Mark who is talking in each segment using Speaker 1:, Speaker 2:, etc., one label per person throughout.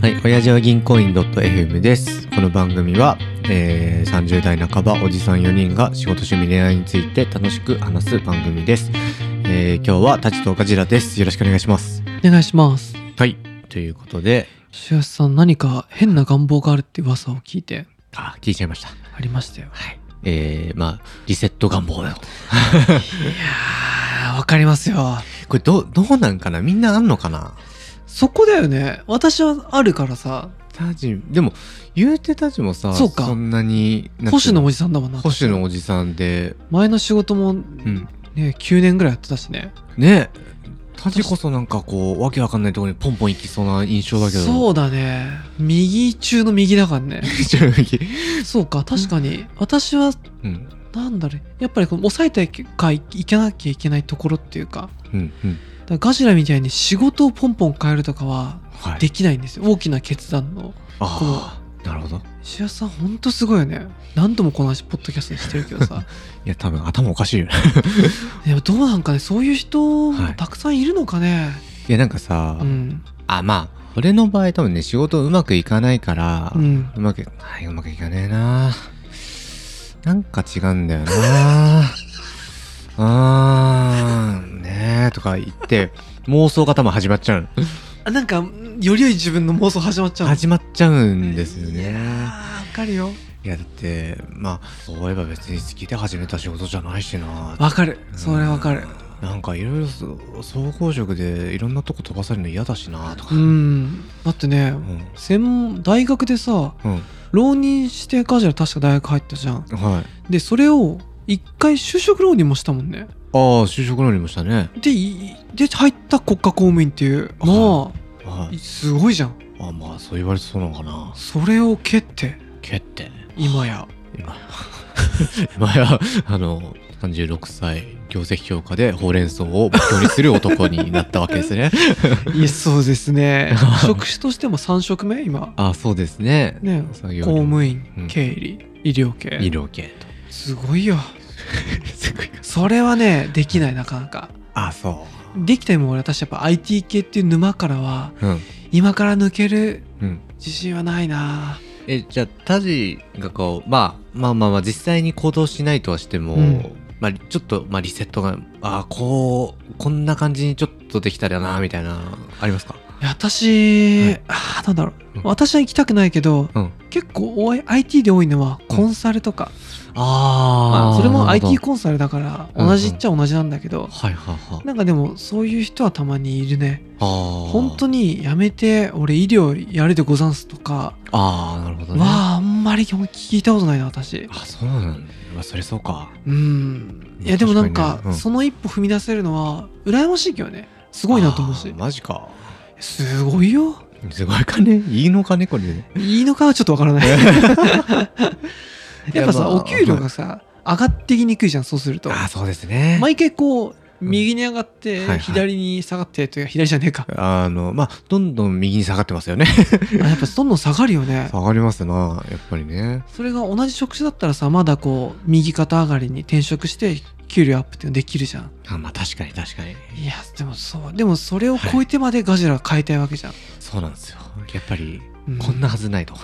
Speaker 1: はい、親父は銀行員 .fm です。この番組は、えー、30代半ばおじさん4人が仕事趣味恋愛について楽しく話す番組です。えー、今日はタチと岡ジラです。よろしくお願いします。
Speaker 2: お願いします
Speaker 1: はい。ということで、
Speaker 2: シュアスさん何か変な願望があるって噂を聞いて
Speaker 1: あ、聞いちゃいました。
Speaker 2: ありましたよ
Speaker 1: はい。えー、まあ、リセット願望だと。
Speaker 2: いやーわかりますよ
Speaker 1: これどう、どうなんかなみんなあんのかな
Speaker 2: そこだよね私はあるからさ
Speaker 1: タジ、でも、言うてタジもさ、
Speaker 2: そうか
Speaker 1: んなに、なんてい
Speaker 2: 星
Speaker 1: う
Speaker 2: 野おじさんだもんな
Speaker 1: 星野おじさんで、
Speaker 2: 前の仕事も
Speaker 1: うん。
Speaker 2: ね9年ぐらいやってたしね
Speaker 1: ねタジこそなんかこうわけわかんないところにポンポン行きそうな印象だけど
Speaker 2: そうだね右中の右だから ね
Speaker 1: 正直
Speaker 2: そうか確かに私は
Speaker 1: うん
Speaker 2: なんだろうやっぱりこの抑えてかいけなきゃいけないところっていうか
Speaker 1: うんうん
Speaker 2: だからガジラみたいに仕事をポンポン変えるとかは
Speaker 1: はい
Speaker 2: できないんですよ大きな決断の
Speaker 1: ああなるほど
Speaker 2: 石田さんほんとすごいよね何度もこの話ポッドキャストでしてるけど さ
Speaker 1: いや多分頭おかしいよね
Speaker 2: でもどうなんかねそういう人
Speaker 1: はい
Speaker 2: もたくさんいるのかね、
Speaker 1: いやなんかさ、
Speaker 2: うん
Speaker 1: あまあ俺の場合多分ね仕事うまくいかないから、
Speaker 2: う
Speaker 1: うんまくはいうまくいかねえななんか違うんだよ なあーねえとか言って妄想が多分始まっちゃうの
Speaker 2: あなんかより良い自分の妄想始まっちゃうの
Speaker 1: 始まっちゃうんですよね
Speaker 2: いやーわかるよ
Speaker 1: いやだってまあそういえば別に好きで始めた仕事じゃないしな
Speaker 2: わかるそれわかる
Speaker 1: うんなんかいろいろそ総合職でいろんなとこ飛ばされるの嫌だしなとか
Speaker 2: う
Speaker 1: うん
Speaker 2: んだってね専門大学でさ
Speaker 1: うん
Speaker 2: 浪人してガジラ確か大学入ったじゃん
Speaker 1: はい
Speaker 2: でそれを一回就職浪人もしたもんね
Speaker 1: ああ就職なりましたね
Speaker 2: でいで入った国家公務員っていうま
Speaker 1: は
Speaker 2: あ
Speaker 1: い
Speaker 2: すごいじゃん
Speaker 1: あまあそう言われてそうなのかな
Speaker 2: それを蹴って
Speaker 1: けって
Speaker 2: 今や
Speaker 1: 今前はあの36歳業績評価でほうれん草を目標にする男になったわけです ね
Speaker 2: いやそうで すね職種としても3職目今
Speaker 1: あそうですね
Speaker 2: ね
Speaker 1: 作
Speaker 2: 公
Speaker 1: 業量
Speaker 2: 務員、
Speaker 1: うん
Speaker 2: 経理医療系
Speaker 1: 医療系と
Speaker 2: すごいよ
Speaker 1: すごい
Speaker 2: それはねできないなかなか
Speaker 1: あそ
Speaker 2: できても俺私やっぱ IT 系っていう沼からは
Speaker 1: ううん
Speaker 2: 今から抜ける
Speaker 1: うん
Speaker 2: 自信はないな
Speaker 1: えじゃあタジがこう、まあ、まあまあまあ実際に行動しないとはしても、
Speaker 2: うん
Speaker 1: まあ、ちょっと、まあ、リセットがああこうこんな感じにちょっとできたらなみたいなありますか
Speaker 2: いや私、
Speaker 1: はい
Speaker 2: あーなんだろう、
Speaker 1: うん
Speaker 2: 私は行きたくないけど
Speaker 1: うん
Speaker 2: 結構おい IT で多いのはコンサルとか、ま
Speaker 1: あ
Speaker 2: あ
Speaker 1: あ
Speaker 2: それも
Speaker 1: なるほ
Speaker 2: IT
Speaker 1: ど
Speaker 2: コンサルだから
Speaker 1: うんうん
Speaker 2: 同じっちゃ同じなんだけど、
Speaker 1: はいはいはい
Speaker 2: なんかでもそういう人はたまにいるね
Speaker 1: あー
Speaker 2: 本当にやめて俺医療やるでござんすとか
Speaker 1: ああなるほどね
Speaker 2: はあんまり聞いたことないな私
Speaker 1: あそうなんだ、まあ、それそうか
Speaker 2: うんいや
Speaker 1: 確かに
Speaker 2: で
Speaker 1: ね
Speaker 2: もなんか
Speaker 1: うん
Speaker 2: その一歩踏み出せるのは羨ましいけどねすごいなと思う
Speaker 1: あ
Speaker 2: し
Speaker 1: ーマジか
Speaker 2: すごいよ
Speaker 1: すごいかねいいのかねこれね
Speaker 2: いいのかはちょっとわからない やっぱ
Speaker 1: いやま
Speaker 2: さ
Speaker 1: あ
Speaker 2: お給料がさ上がってきにくいじゃんそうすると
Speaker 1: ああそうですね
Speaker 2: 毎回こう右に上がっ
Speaker 1: はいは
Speaker 2: て
Speaker 1: い
Speaker 2: 左に下がってというか左じゃねえか
Speaker 1: あのまあどんどん右に下がってますよね
Speaker 2: あやっぱどんどん下がるよね
Speaker 1: 下がりますなやっぱりね
Speaker 2: それが同じ職種だったらさまだこう右肩上がりに転職して給料アップっていうのできるじゃん
Speaker 1: あまあ確かに確かに
Speaker 2: いやでもそうでもそれを超えてまでガジラ変えたいわけじゃん、
Speaker 1: そうなんですよやっぱり
Speaker 2: うん
Speaker 1: こんなはずない と、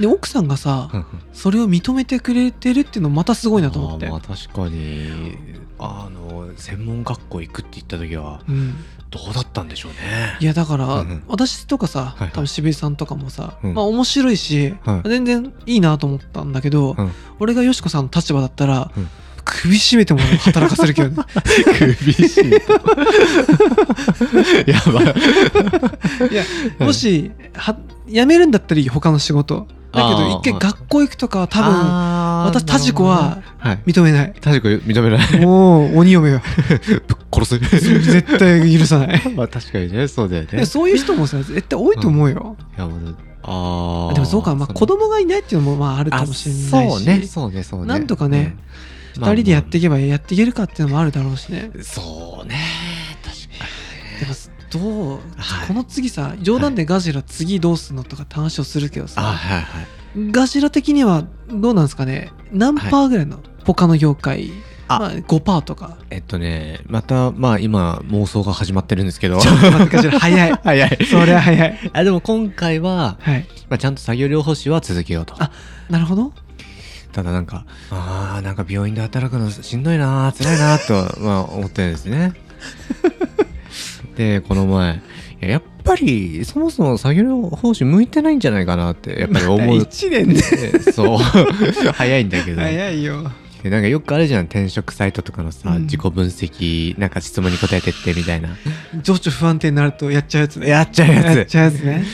Speaker 2: で奥さんがさ
Speaker 1: うん、
Speaker 2: それを認めてくれてるっていうのまたすごいなと思って、
Speaker 1: あーまあ確かにあの専門学校行くって言った時は
Speaker 2: うん、
Speaker 1: どうだったんでしょうね
Speaker 2: いやだから、
Speaker 1: うんうん
Speaker 2: 私とか
Speaker 1: は
Speaker 2: さ、
Speaker 1: いはい
Speaker 2: 多分渋井さんとかもさ、
Speaker 1: うん
Speaker 2: まあ面白いし、
Speaker 1: はい
Speaker 2: 全然いいなと思ったんだけど、
Speaker 1: うん
Speaker 2: 俺がよしこさんの立場だったら、
Speaker 1: うん
Speaker 2: 首絞めてもらう働かせるけどね
Speaker 1: 厳し いやばい
Speaker 2: いやもしは辞めるんだったらいいよ他の仕事だけ
Speaker 1: あ
Speaker 2: ど
Speaker 1: ー
Speaker 2: 一回学校行くとかは多分
Speaker 1: あー
Speaker 2: 私タジコは
Speaker 1: はい
Speaker 2: 認めない
Speaker 1: タジコ認めない
Speaker 2: もう鬼 嫁よ
Speaker 1: ぶっ殺 す
Speaker 2: 絶対許さ ない
Speaker 1: まあ確かにねそうだよね
Speaker 2: でそういう人もさ絶対多いと思うよ、
Speaker 1: いやまああー
Speaker 2: でもそうか、まあ、子供がいないっていうのもまああるかもしれないし
Speaker 1: そうねそうねそうね
Speaker 2: なんとかね、
Speaker 1: うん
Speaker 2: 2人でやっていけばやっていけるかっていうのもあるだろうしね、
Speaker 1: そうね確か
Speaker 2: でもどう、
Speaker 1: はい
Speaker 2: この次さ冗談でガジラ次どうすんのとかって話をするけどさ、
Speaker 1: あはいはい
Speaker 2: ガジラ的にはどうなんですかね何パーぐらいの、他の業界
Speaker 1: あ
Speaker 2: まあ、5%とか
Speaker 1: えっとねまたまあ今妄想が始まってるんですけど
Speaker 2: ちょっと待って かしら早い
Speaker 1: 早い
Speaker 2: それは早い
Speaker 1: あでも今回は、
Speaker 2: はい
Speaker 1: まあ、ちゃんと作業療法士は続けようと
Speaker 2: あなるほど
Speaker 1: ただなんかあーなんか病院で働くのしんどいなー辛いなーと、まあ、思ってるんです ねでこの前いややっぱりそもそも作業療法士向いてないんじゃないかなってやっぱり思 う、
Speaker 2: 1年 で
Speaker 1: そう早いんだけど
Speaker 2: 早いよ
Speaker 1: でなんかよくあるじゃん転職サイトとかのさ、
Speaker 2: うん
Speaker 1: 自己分析なんか質問に答えてってみたいな
Speaker 2: 情緒不安定になるとやっち ゃうやつね
Speaker 1: やっちゃうやつ
Speaker 2: やっちゃうやつね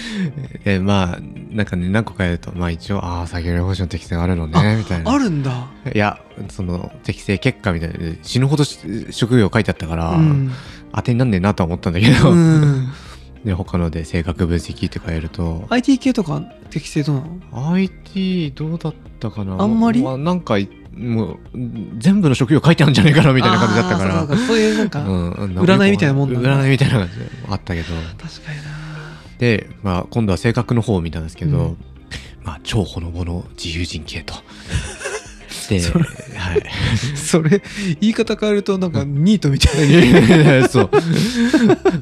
Speaker 1: でまあなんかね何個かやるとまあ一応ああ作業療法士の適性あるのねみたいな
Speaker 2: あるんだ
Speaker 1: いやその適正結果みたいな死ぬほどし職業書いてあったから、
Speaker 2: うん
Speaker 1: 当てになんねえなとは思ったんだけど、
Speaker 2: うん
Speaker 1: で他ので性格分析とかやると
Speaker 2: IT 系とか適正どうなの
Speaker 1: IT どうだったかな
Speaker 2: あんまり
Speaker 1: あ、なんかいもうん全部の職業書いてあるんじゃないかなみたいな感じだったから
Speaker 2: あーそうそうそういうなんか、
Speaker 1: うん
Speaker 2: 占いみたいなもんなんだ
Speaker 1: 占いみたいな感じであったけど
Speaker 2: 確かにな
Speaker 1: で、まあ、今度は性格の方を見たんですけど、
Speaker 2: うん
Speaker 1: まあ超ほのぼの自由人系 とで
Speaker 2: それ
Speaker 1: はい
Speaker 2: それ言い方変えるとなんかニートみたい
Speaker 1: い
Speaker 2: な
Speaker 1: やいやいやそ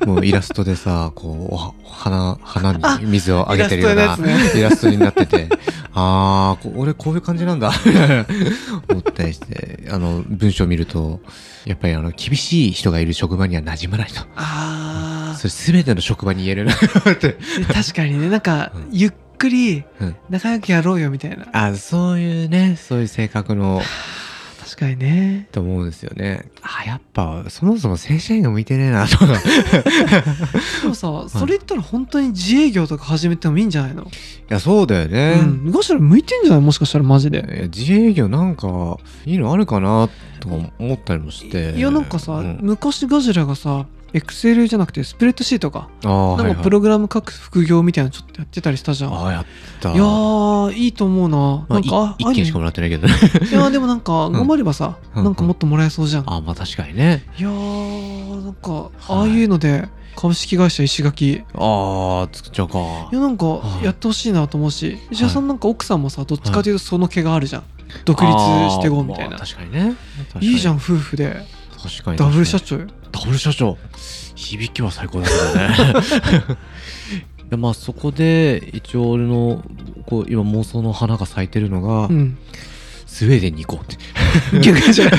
Speaker 1: う。もうイラストでさ、こう、おは花、花に水をあげてるような
Speaker 2: イラストのやつ
Speaker 1: イラストになってて、あー、こ俺こういう感じなんだ、 みたいな思ったりして、あの、文章を見ると、やっぱりあの、厳しい人がいる職場には馴染まないと。
Speaker 2: あ
Speaker 1: それ全ての職場に言えるな、って。
Speaker 2: ー確かにねなんか
Speaker 1: うん
Speaker 2: ゆっくり
Speaker 1: うん
Speaker 2: 仲良くやろうよみたいな
Speaker 1: あ、そういうね、そういう性格の、
Speaker 2: 確かにね
Speaker 1: と思うんですよね。あ、やっぱ、そもそも正社員が向いてねえな、とか。
Speaker 2: でもさそれ言ったら本当に自営業とか始めてもいいんじゃないの、
Speaker 1: いや、そうだよね。
Speaker 2: うん、むしろ向いてんじゃないもしかしたらマジで
Speaker 1: いや自営業なんかいいのあるかなとか思ったりもして
Speaker 2: いやなんかさ、
Speaker 1: うん
Speaker 2: 昔ガジラがさエクセルじゃなくてスプレッドシートか
Speaker 1: ああ
Speaker 2: なんかプログラム書く副業みたいなのちょっとやってたりしたじゃん、
Speaker 1: はいはいああやった
Speaker 2: いやーいいと思う
Speaker 1: ま
Speaker 2: な。
Speaker 1: あ
Speaker 2: なんか、あ
Speaker 1: い一件しかもらってないけどね
Speaker 2: あいやでもなんか、頑張ればさ、
Speaker 1: うん
Speaker 2: なんかもっともらえそうじゃん。
Speaker 1: ああまあ確かにね
Speaker 2: いやー、なんか、ああいうので、株式会社石垣、い
Speaker 1: ああ作っちゃうか
Speaker 2: やなんか
Speaker 1: は、い
Speaker 2: やってほしいなと思うし、石田さんなんか奥さんもさ、どっちかというとその毛があるじゃん。独立してこうみたい
Speaker 1: ああま
Speaker 2: な
Speaker 1: あ。確かにね確かに
Speaker 2: いいじゃん、夫婦で。
Speaker 1: 確かに
Speaker 2: ダブル社
Speaker 1: 長
Speaker 2: 長よ。
Speaker 1: ダブル社長響きは最高だけどね でまあそこで一応俺のこう今妄想の花が咲いてるのが、
Speaker 2: うん。
Speaker 1: スウェーデンに行こうって
Speaker 2: 逆じゃない。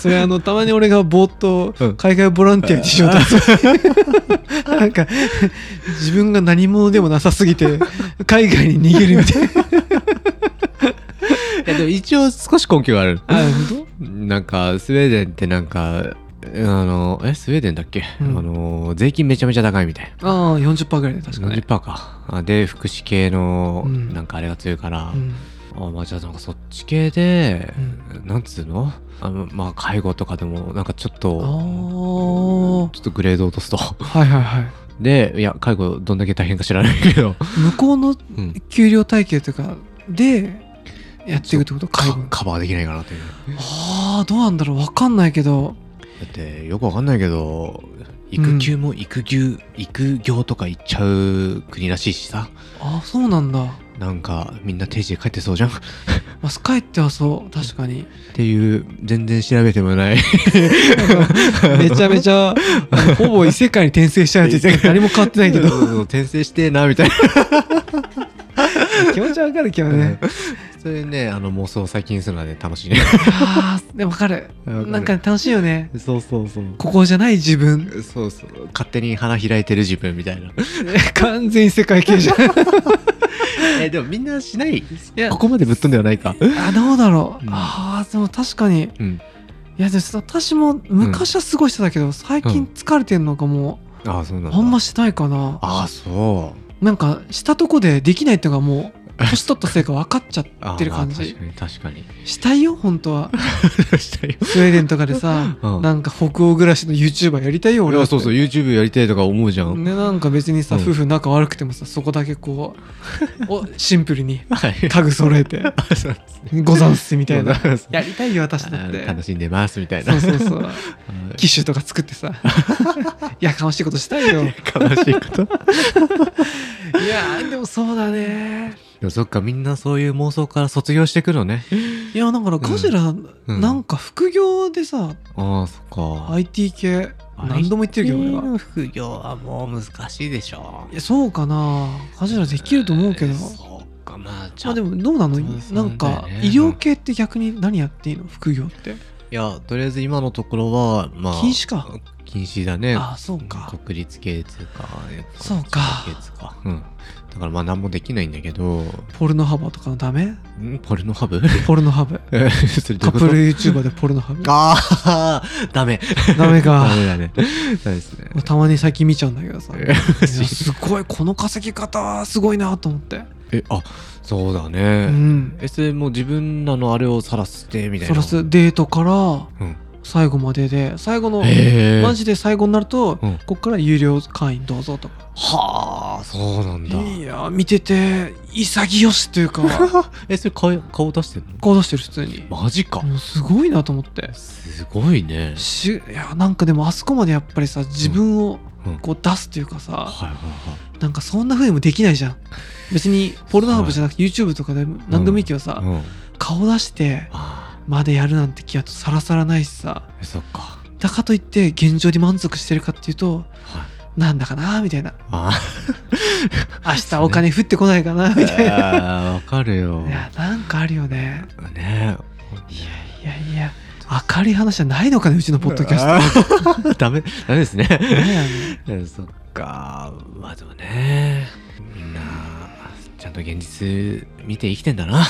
Speaker 2: それあの、たまに俺がぼーっ
Speaker 1: う
Speaker 2: と
Speaker 1: ん
Speaker 2: 海外ボランティアにしようとする。 なんか、自分が何者でもなさすぎて、海外に逃げるみたいな。
Speaker 1: いやでも一応少し根拠がある
Speaker 2: あ、本
Speaker 1: なんかスウェーデンってなんかあのえスウェーデンだっけ、
Speaker 2: うん
Speaker 1: あの税金めちゃめちゃ高いみたい
Speaker 2: 当ああ、40%ぐらいで確か
Speaker 1: な
Speaker 2: ね。
Speaker 1: 70%かあで福祉系の
Speaker 2: うん
Speaker 1: なんかあれが強いから、
Speaker 2: うん
Speaker 1: あまあじゃあなんかそっち系で
Speaker 2: う、ん
Speaker 1: なんつうのあのまあ介護とかでもなんかちょっと
Speaker 2: あー
Speaker 1: ちょっとグレード落とす と
Speaker 2: はいはいはい。
Speaker 1: でいや介護どんだけ大変か知らないけど、
Speaker 2: 向こうの
Speaker 1: うん、
Speaker 2: 給料体系というか、で、やっていくってこと介
Speaker 1: カ
Speaker 2: 護。
Speaker 1: カバーできないかなという
Speaker 2: ああ、どうなんだろう。わかんないけど。
Speaker 1: だってよくわかんないけど育休も育休、育業とか行っちゃう国らしいしさ
Speaker 2: ああ、そうなんだ。
Speaker 1: なんかみんな定時で帰ってそうじゃんっ
Speaker 2: まあ、帰ってはそう。確かに。
Speaker 1: ていう全然調べても ない
Speaker 2: めちゃめち ゃ、あのほぼ異世界に転生しちゃうって言って何も変わってないけど。
Speaker 1: 転生してえなみたい
Speaker 2: 気持ちわかるけど
Speaker 1: な
Speaker 2: ね
Speaker 1: ね。 そういうねあの妄想を最近するのはね楽 しいね
Speaker 2: ああ、でもわかる。
Speaker 1: わかる
Speaker 2: なんか楽しいよね。
Speaker 1: そうそうそう
Speaker 2: ここじゃない自分。
Speaker 1: そうそう勝手に花開いてる自分みたいな
Speaker 2: 完全異世界系じゃん。い
Speaker 1: えでもみんなしない
Speaker 2: や、
Speaker 1: ここまでぶっ飛んではないか
Speaker 2: あどうだろう。
Speaker 1: うん
Speaker 2: ああ、でも確かに。
Speaker 1: うん
Speaker 2: いや、でもさ私も昔は過ごしてたけど、最近疲れてんのかも、
Speaker 1: ああそうなんだ
Speaker 2: あんましてないかな。
Speaker 1: ああそう
Speaker 2: なんか、したとこでできないっていうかも う、年取ったせいか分かっちゃ
Speaker 1: あー
Speaker 2: ってる感じ
Speaker 1: 確。かに確かに
Speaker 2: したいよ、本当は。
Speaker 1: した よ
Speaker 2: スウェーデンとかでさ、
Speaker 1: うん
Speaker 2: なんか北欧暮らしの YouTuber やりたいよ
Speaker 1: 俺
Speaker 2: 俺は
Speaker 1: はそうそう
Speaker 2: う
Speaker 1: YouTube やりたいとか思うじゃ ん、
Speaker 2: ね、なんか別にさ、
Speaker 1: うん
Speaker 2: 夫婦仲悪くてもさそこだけこうお シンプルに
Speaker 1: はい
Speaker 2: 家具揃えて
Speaker 1: あそう
Speaker 2: 「ござんす」みたいな
Speaker 1: そうそう
Speaker 2: やりたいよ私
Speaker 1: あ
Speaker 2: だっ
Speaker 1: ー
Speaker 2: て
Speaker 1: 楽しんでますみたいな
Speaker 2: そうそ うそう
Speaker 1: あー
Speaker 2: 機種とか作っ てさいやかましいことしたい
Speaker 1: 悲
Speaker 2: よい
Speaker 1: しいこと
Speaker 2: やーでもそうだね
Speaker 1: でもそっか、みんなそういう妄想から卒業してくのね。
Speaker 2: いやだからガジラ、
Speaker 1: うん
Speaker 2: なんか副業でさ、
Speaker 1: ああ、そっか。
Speaker 2: IT 系何度も言ってるけど俺は
Speaker 1: IT の副業はもう難しいでしょ
Speaker 2: い。やそうかなガジラできると思うけど、
Speaker 1: えーそっか、まあ、ちょ
Speaker 2: まあ
Speaker 1: っ
Speaker 2: で
Speaker 1: と。
Speaker 2: もどうなの、
Speaker 1: そう
Speaker 2: な
Speaker 1: なんんだよ
Speaker 2: か
Speaker 1: ね
Speaker 2: 医療系って逆に何やっていいの副業って
Speaker 1: いや、とりあえず今のところは、まあ、
Speaker 2: 禁止か。
Speaker 1: 禁止だね。
Speaker 2: ああそうか
Speaker 1: 国立系っていうか、えっと
Speaker 2: そうか
Speaker 1: 国立系っていうかうん。だからまあ何もできないんだけど、
Speaker 2: ポルノハブとかのダメ
Speaker 1: んポルノハブ
Speaker 2: ポルノハブ
Speaker 1: えそれどうい
Speaker 2: カ
Speaker 1: うこ
Speaker 2: ップ
Speaker 1: と
Speaker 2: ル YouTuber でポルノハブ
Speaker 1: ああ、ダメ。
Speaker 2: ダメか
Speaker 1: ダメだね。ダメですね。
Speaker 2: たまに最近見ちゃうんだけどさい
Speaker 1: え
Speaker 2: やすごいこの稼ぎ方はすごいなと思って
Speaker 1: え、あ、そうだ
Speaker 2: う
Speaker 1: ね。
Speaker 2: ん
Speaker 1: え、それもう自分らのあれをさらして、みたい
Speaker 2: そ
Speaker 1: な。
Speaker 2: らすデートから
Speaker 1: うん。
Speaker 2: 最後までで最後の
Speaker 1: へえ。
Speaker 2: マジで最後になると、
Speaker 1: うん
Speaker 2: こっから有料会員どうぞとか
Speaker 1: はあ、そうなんだ。
Speaker 2: いや見てて潔しというか
Speaker 1: え、それ顔顔出してんの
Speaker 2: 顔出してる普通に
Speaker 1: マジか。
Speaker 2: もうすごいなと思って
Speaker 1: すごいね。
Speaker 2: しいやなんかでもあそこまでやっぱりさ自分を
Speaker 1: うん
Speaker 2: こう出すというかさ、
Speaker 1: はいはいはい。
Speaker 2: なんかそんな風にもできないじゃん別にポルノハブじゃなくて YouTube とかでも何でもいいけどさ、
Speaker 1: うん、
Speaker 2: 顔出して
Speaker 1: あ
Speaker 2: までやるなんて気はさらさらないしさ
Speaker 1: あそっか
Speaker 2: だからといって現状に満足してるかっていうと
Speaker 1: はい
Speaker 2: なんだかなみたいな
Speaker 1: あ
Speaker 2: 明日お金降ってこないかなみたいな
Speaker 1: あわかる よ
Speaker 2: いやなんかあるよね
Speaker 1: ね
Speaker 2: いやいや明るい話じゃないのかねうちのポッドキャスト
Speaker 1: トダメダメですね
Speaker 2: 何や ね
Speaker 1: そっかまあでもねみんなちゃんと現実見て生きてんだな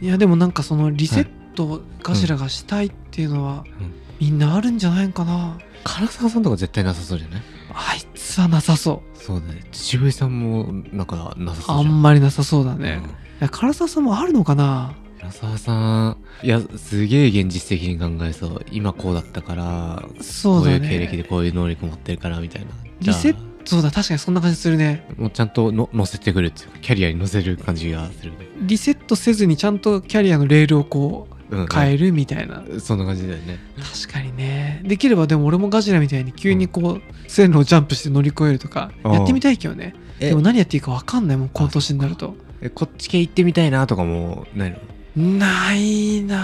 Speaker 2: いやでもなんかそのリセットをガシラがしたいっていうのは、
Speaker 1: うん
Speaker 2: みんなあるんじゃないかな
Speaker 1: 唐沢さんとか絶対なさそうじゃない
Speaker 2: あいつはなさそう
Speaker 1: そうだね渋井さんもなんかなさそ
Speaker 2: あ
Speaker 1: うじゃ
Speaker 2: んまりなさそうだね、
Speaker 1: うん
Speaker 2: いや唐沢さんもあるのかな
Speaker 1: 唐沢さんいやすげえ現実的に考えそう今こうだったから
Speaker 2: そうだね
Speaker 1: こういう経歴でこういう能力持ってるからみたいな
Speaker 2: リセッ
Speaker 1: じゃあ
Speaker 2: そうだ確かにそんな感じするね
Speaker 1: もうちゃんとの乗せてくるっていうかキャリアに乗せる感じがするね、
Speaker 2: リセットせずにちゃんとキャリアのレールをこう
Speaker 1: うん
Speaker 2: 変えるみたいな、
Speaker 1: そんな感じだよね
Speaker 2: 確かにねできればでも俺もガジラみたいに急にこう、線路をジャンプして乗り越えるとか
Speaker 1: うん
Speaker 2: やってみたいけどね
Speaker 1: え
Speaker 2: でも何やっていいか分かんないもんこの年になると
Speaker 1: えこっち系行ってみたいなとかもないの
Speaker 2: ないな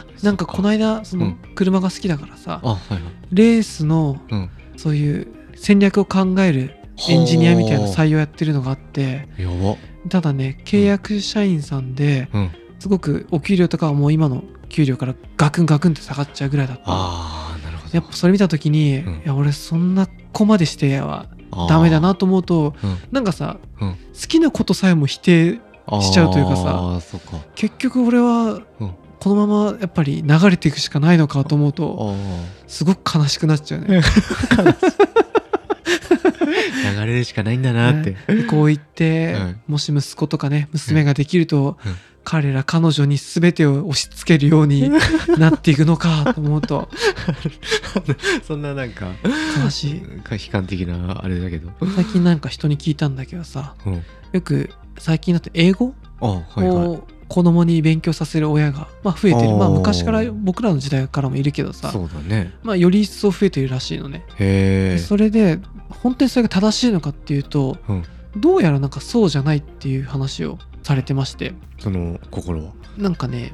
Speaker 2: あなんかこの間その車が好きだからさ、
Speaker 1: あはいはい
Speaker 2: レースの
Speaker 1: うん
Speaker 2: そういう戦略を考えるエンジニアみたいな採用やってるのがあって
Speaker 1: やば
Speaker 2: ただね契約社員さんで
Speaker 1: うん
Speaker 2: すごくお給料とかはもう今の給料からガクンガクンって下がっちゃうぐらいだった
Speaker 1: あーなるほど
Speaker 2: やっぱそれ見た時に、
Speaker 1: うん
Speaker 2: いや俺そんなこまでしては
Speaker 1: あー
Speaker 2: ダメだなと思うと
Speaker 1: うん
Speaker 2: なんかさ、
Speaker 1: うん
Speaker 2: 好きなことさえも否定
Speaker 1: あー
Speaker 2: しちゃうというかさ
Speaker 1: あーそっか
Speaker 2: 結局俺は
Speaker 1: うん
Speaker 2: このままやっぱり流れていくしかないのかと思うと
Speaker 1: あ
Speaker 2: すごく悲しくなっちゃう ね。
Speaker 1: あ流れるしかないんだなって、
Speaker 2: こう言って、
Speaker 1: はい
Speaker 2: もし息子とかね娘ができると、
Speaker 1: うん
Speaker 2: 彼ら彼女に全てを押し付けるよう になっていくのかと思うと
Speaker 1: そんななんか
Speaker 2: 悲しい
Speaker 1: 悲観的なあれだけど
Speaker 2: 最近なんか人に聞いたんだけどさ
Speaker 1: うん
Speaker 2: よく最近だと英語
Speaker 1: あはいはい
Speaker 2: を子供に勉強させる親が、まあ、増えてるまあ
Speaker 1: あー
Speaker 2: 昔から僕らの時代からもいるけどさ
Speaker 1: そうだね
Speaker 2: まあ、より一層増えてるらしいのね、
Speaker 1: へえ
Speaker 2: それで本当にそれが正しいのかっていうと
Speaker 1: うん
Speaker 2: どうやらなんかそうじゃないっていう話をされてまして
Speaker 1: その心は
Speaker 2: なん かね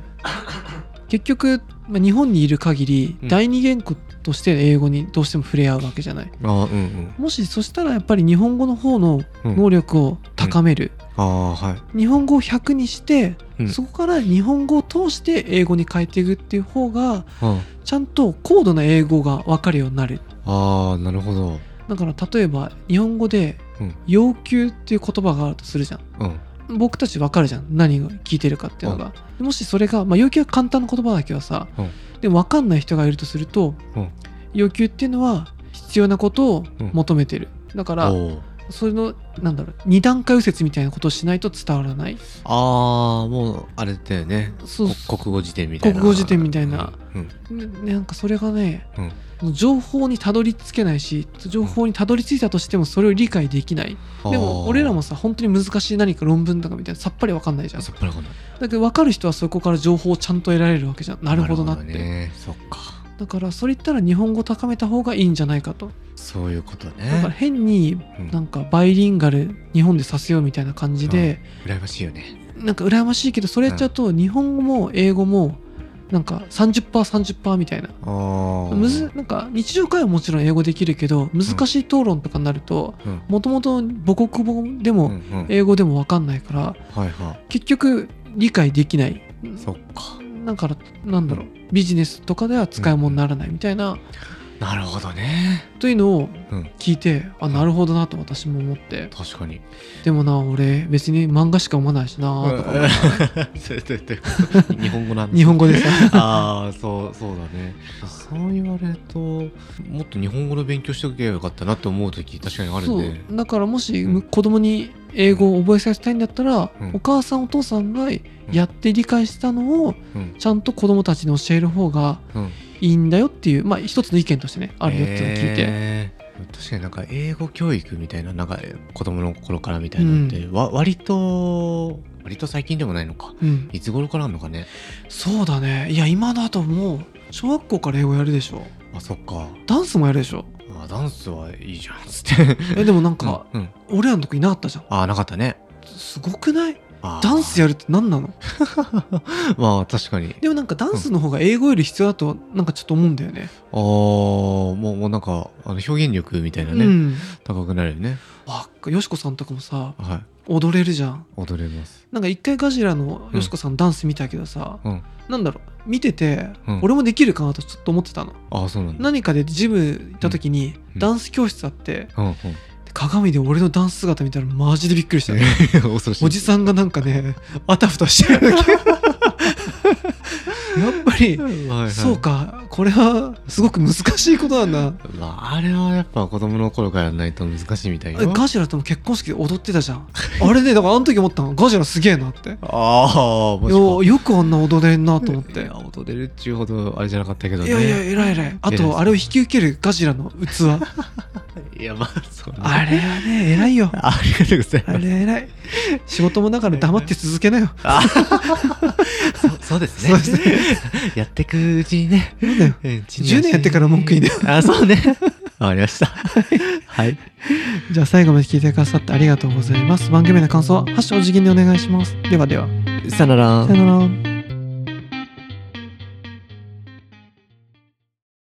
Speaker 2: 結局、まあ、日本にいる限り、
Speaker 1: うん
Speaker 2: 第二言語として英語にどうしても触れ合うわけじゃない
Speaker 1: あーうん
Speaker 2: もしそしたらやっぱり日本語の方の
Speaker 1: うんうん
Speaker 2: 能力を高める、
Speaker 1: ああはい
Speaker 2: 日本語を100にして、
Speaker 1: うん
Speaker 2: そこから日本語を通して英語に変えていくっていう方が
Speaker 1: うん
Speaker 2: ちゃんと高度な英語が分かるようになる
Speaker 1: ああなるほど
Speaker 2: だから例えば日本語で
Speaker 1: うん
Speaker 2: 「要求」っていう言葉があるとするじゃん
Speaker 1: うん
Speaker 2: 僕たち分かるじゃん何を聞いてるかっていうのが、もしそれが、まあ、要求は簡単な言葉だけどさ、
Speaker 1: うん
Speaker 2: でも分かんない人がいるとすると、
Speaker 1: うん
Speaker 2: 要求っていうのは必要なことを求めてる、だから
Speaker 1: おう
Speaker 2: それのなんだろう二段階右折みたいなことをしないと伝わらない
Speaker 1: ああもうあれだよね
Speaker 2: そう
Speaker 1: こ国語辞典みたいな
Speaker 2: 国語辞典みたいな
Speaker 1: うん
Speaker 2: ねなんかそれがね
Speaker 1: うん、
Speaker 2: 情報にたどり着けないし情報にたどり着いたとしてもそれを理解できない、
Speaker 1: うん
Speaker 2: でも俺らもさ本当に難しい何か論文とかみたいなさっぱり分かんないじ
Speaker 1: あ
Speaker 2: ゃ
Speaker 1: ー
Speaker 2: ん
Speaker 1: そっからかな
Speaker 2: だけど分かる人はそこから情報をちゃんと得られるわけじゃんなるほどなって
Speaker 1: ねそっか
Speaker 2: だからそれ言ったら日本語高めた方がいいんじゃないかと
Speaker 1: そういうこと
Speaker 2: だから
Speaker 1: ね
Speaker 2: 変に
Speaker 1: うん
Speaker 2: なんかバイリンガル日本でさせようみたいな感じで、
Speaker 1: 羨ましいよね
Speaker 2: なんか羨ましいけどそれやっちゃうと日本語も英語もなんか 30%30% みたいな
Speaker 1: ああ
Speaker 2: むずなんか日常会話はもちろん英語できるけど難しい討論とかになると
Speaker 1: うん
Speaker 2: もともと母国語で
Speaker 1: うんう
Speaker 2: も
Speaker 1: んはい
Speaker 2: 英語でも分かんないから
Speaker 1: は
Speaker 2: 結局理解できない
Speaker 1: いそっか
Speaker 2: だからなんだろうビジネスとかでは使い物にならないみたいな
Speaker 1: なるほどね
Speaker 2: というのを
Speaker 1: うん
Speaker 2: 聞いてあなるほどなと私も思って
Speaker 1: 確かに
Speaker 2: でもな俺別に漫画しか読まないしなとか思っ て
Speaker 1: そうそうそう 日本語なんだ
Speaker 2: 日本語でさ
Speaker 1: ああそうそうだねそう言われるともっと日本語の勉強しておけばよかったなって思う時 確かにある
Speaker 2: そう
Speaker 1: ね
Speaker 2: だからもし
Speaker 1: うん
Speaker 2: 子供に英語を覚えさせたいんだったら、
Speaker 1: うん
Speaker 2: お母さんお父さんがやって理解したのを
Speaker 1: うん
Speaker 2: ちゃんと子供たちに教える方が
Speaker 1: うん
Speaker 2: いいんだよっていうまあ一つの意見としてねあるよっていうのを聞いて、
Speaker 1: えー確かになんか英語教育みたいななんか子供の頃からみたいなのって、わ割と割と最近でもないのか
Speaker 2: うん、
Speaker 1: いつ頃からあるのかね
Speaker 2: そうだねいや今だともう小学校から英語やるでしょ
Speaker 1: あそっか
Speaker 2: ダンスもやるでしょ
Speaker 1: あダンスはいいじゃんっつって
Speaker 2: えでもなんか、
Speaker 1: うんうん
Speaker 2: 俺らのとこいなかったじゃん
Speaker 1: あなかったね
Speaker 2: すごくない
Speaker 1: あー
Speaker 2: ダンスやるって何なの
Speaker 1: まあ確かに
Speaker 2: でもなんかダンスの方が英語より必要だとなんかちょっと思うんだよね
Speaker 1: ああもうもうなんかあの表現力みたいなね、
Speaker 2: うん
Speaker 1: 高くなるよね
Speaker 2: あよしこさんとかもさ
Speaker 1: はい
Speaker 2: 踊れるじゃん
Speaker 1: 踊れます
Speaker 2: なんか一回ガジラのよしこさんダンス見たけどさ、
Speaker 1: うん
Speaker 2: なんだろう見てて、
Speaker 1: うん
Speaker 2: 俺もできるかなとちょっと思ってたの
Speaker 1: ああそうなんだ
Speaker 2: 何かでジム行った時に
Speaker 1: うん
Speaker 2: ダンス教室あって、
Speaker 1: うんうん
Speaker 2: 鏡で俺のダンス姿見たらマジでびっくりしたね
Speaker 1: 恐ろしい
Speaker 2: おじさんがなんかねあたふたしてるだけ やっぱり
Speaker 1: はいはい
Speaker 2: そうかこれはすごく難しいことなんだ
Speaker 1: まああれはやっぱ子供の頃からやらないと難しいみたいよ
Speaker 2: ガジラとも結婚式で踊ってたじゃんあれねだからあの時思ったのガジラすげえなって
Speaker 1: ああ、も
Speaker 2: よよくあんな踊れんなと思って
Speaker 1: いや、踊れるっちゅうほどあれじゃなかったけどね。
Speaker 2: いやいや、偉い偉い。あ
Speaker 1: 偉いです
Speaker 2: と、あれを引き受けるガジラの器。
Speaker 1: いやまあ、そうね
Speaker 2: あれはね、偉いよ。
Speaker 1: ありがとうござい
Speaker 2: あ
Speaker 1: ます。
Speaker 2: れ偉い。仕事も だから黙って続けなよ。
Speaker 1: あそうそうですね。
Speaker 2: そう
Speaker 1: やってくうちにね。
Speaker 2: なんだよ。
Speaker 1: うん地に足
Speaker 2: 10年やってから文句言いなよ。
Speaker 1: あ、そう ね。わかりました。はい。
Speaker 2: じゃあ最後まで聞いてくださってありがとうございます。番組への感想は、ハッシュお辞儀にお願いします。ではでは、
Speaker 1: さよなら
Speaker 2: さよなら。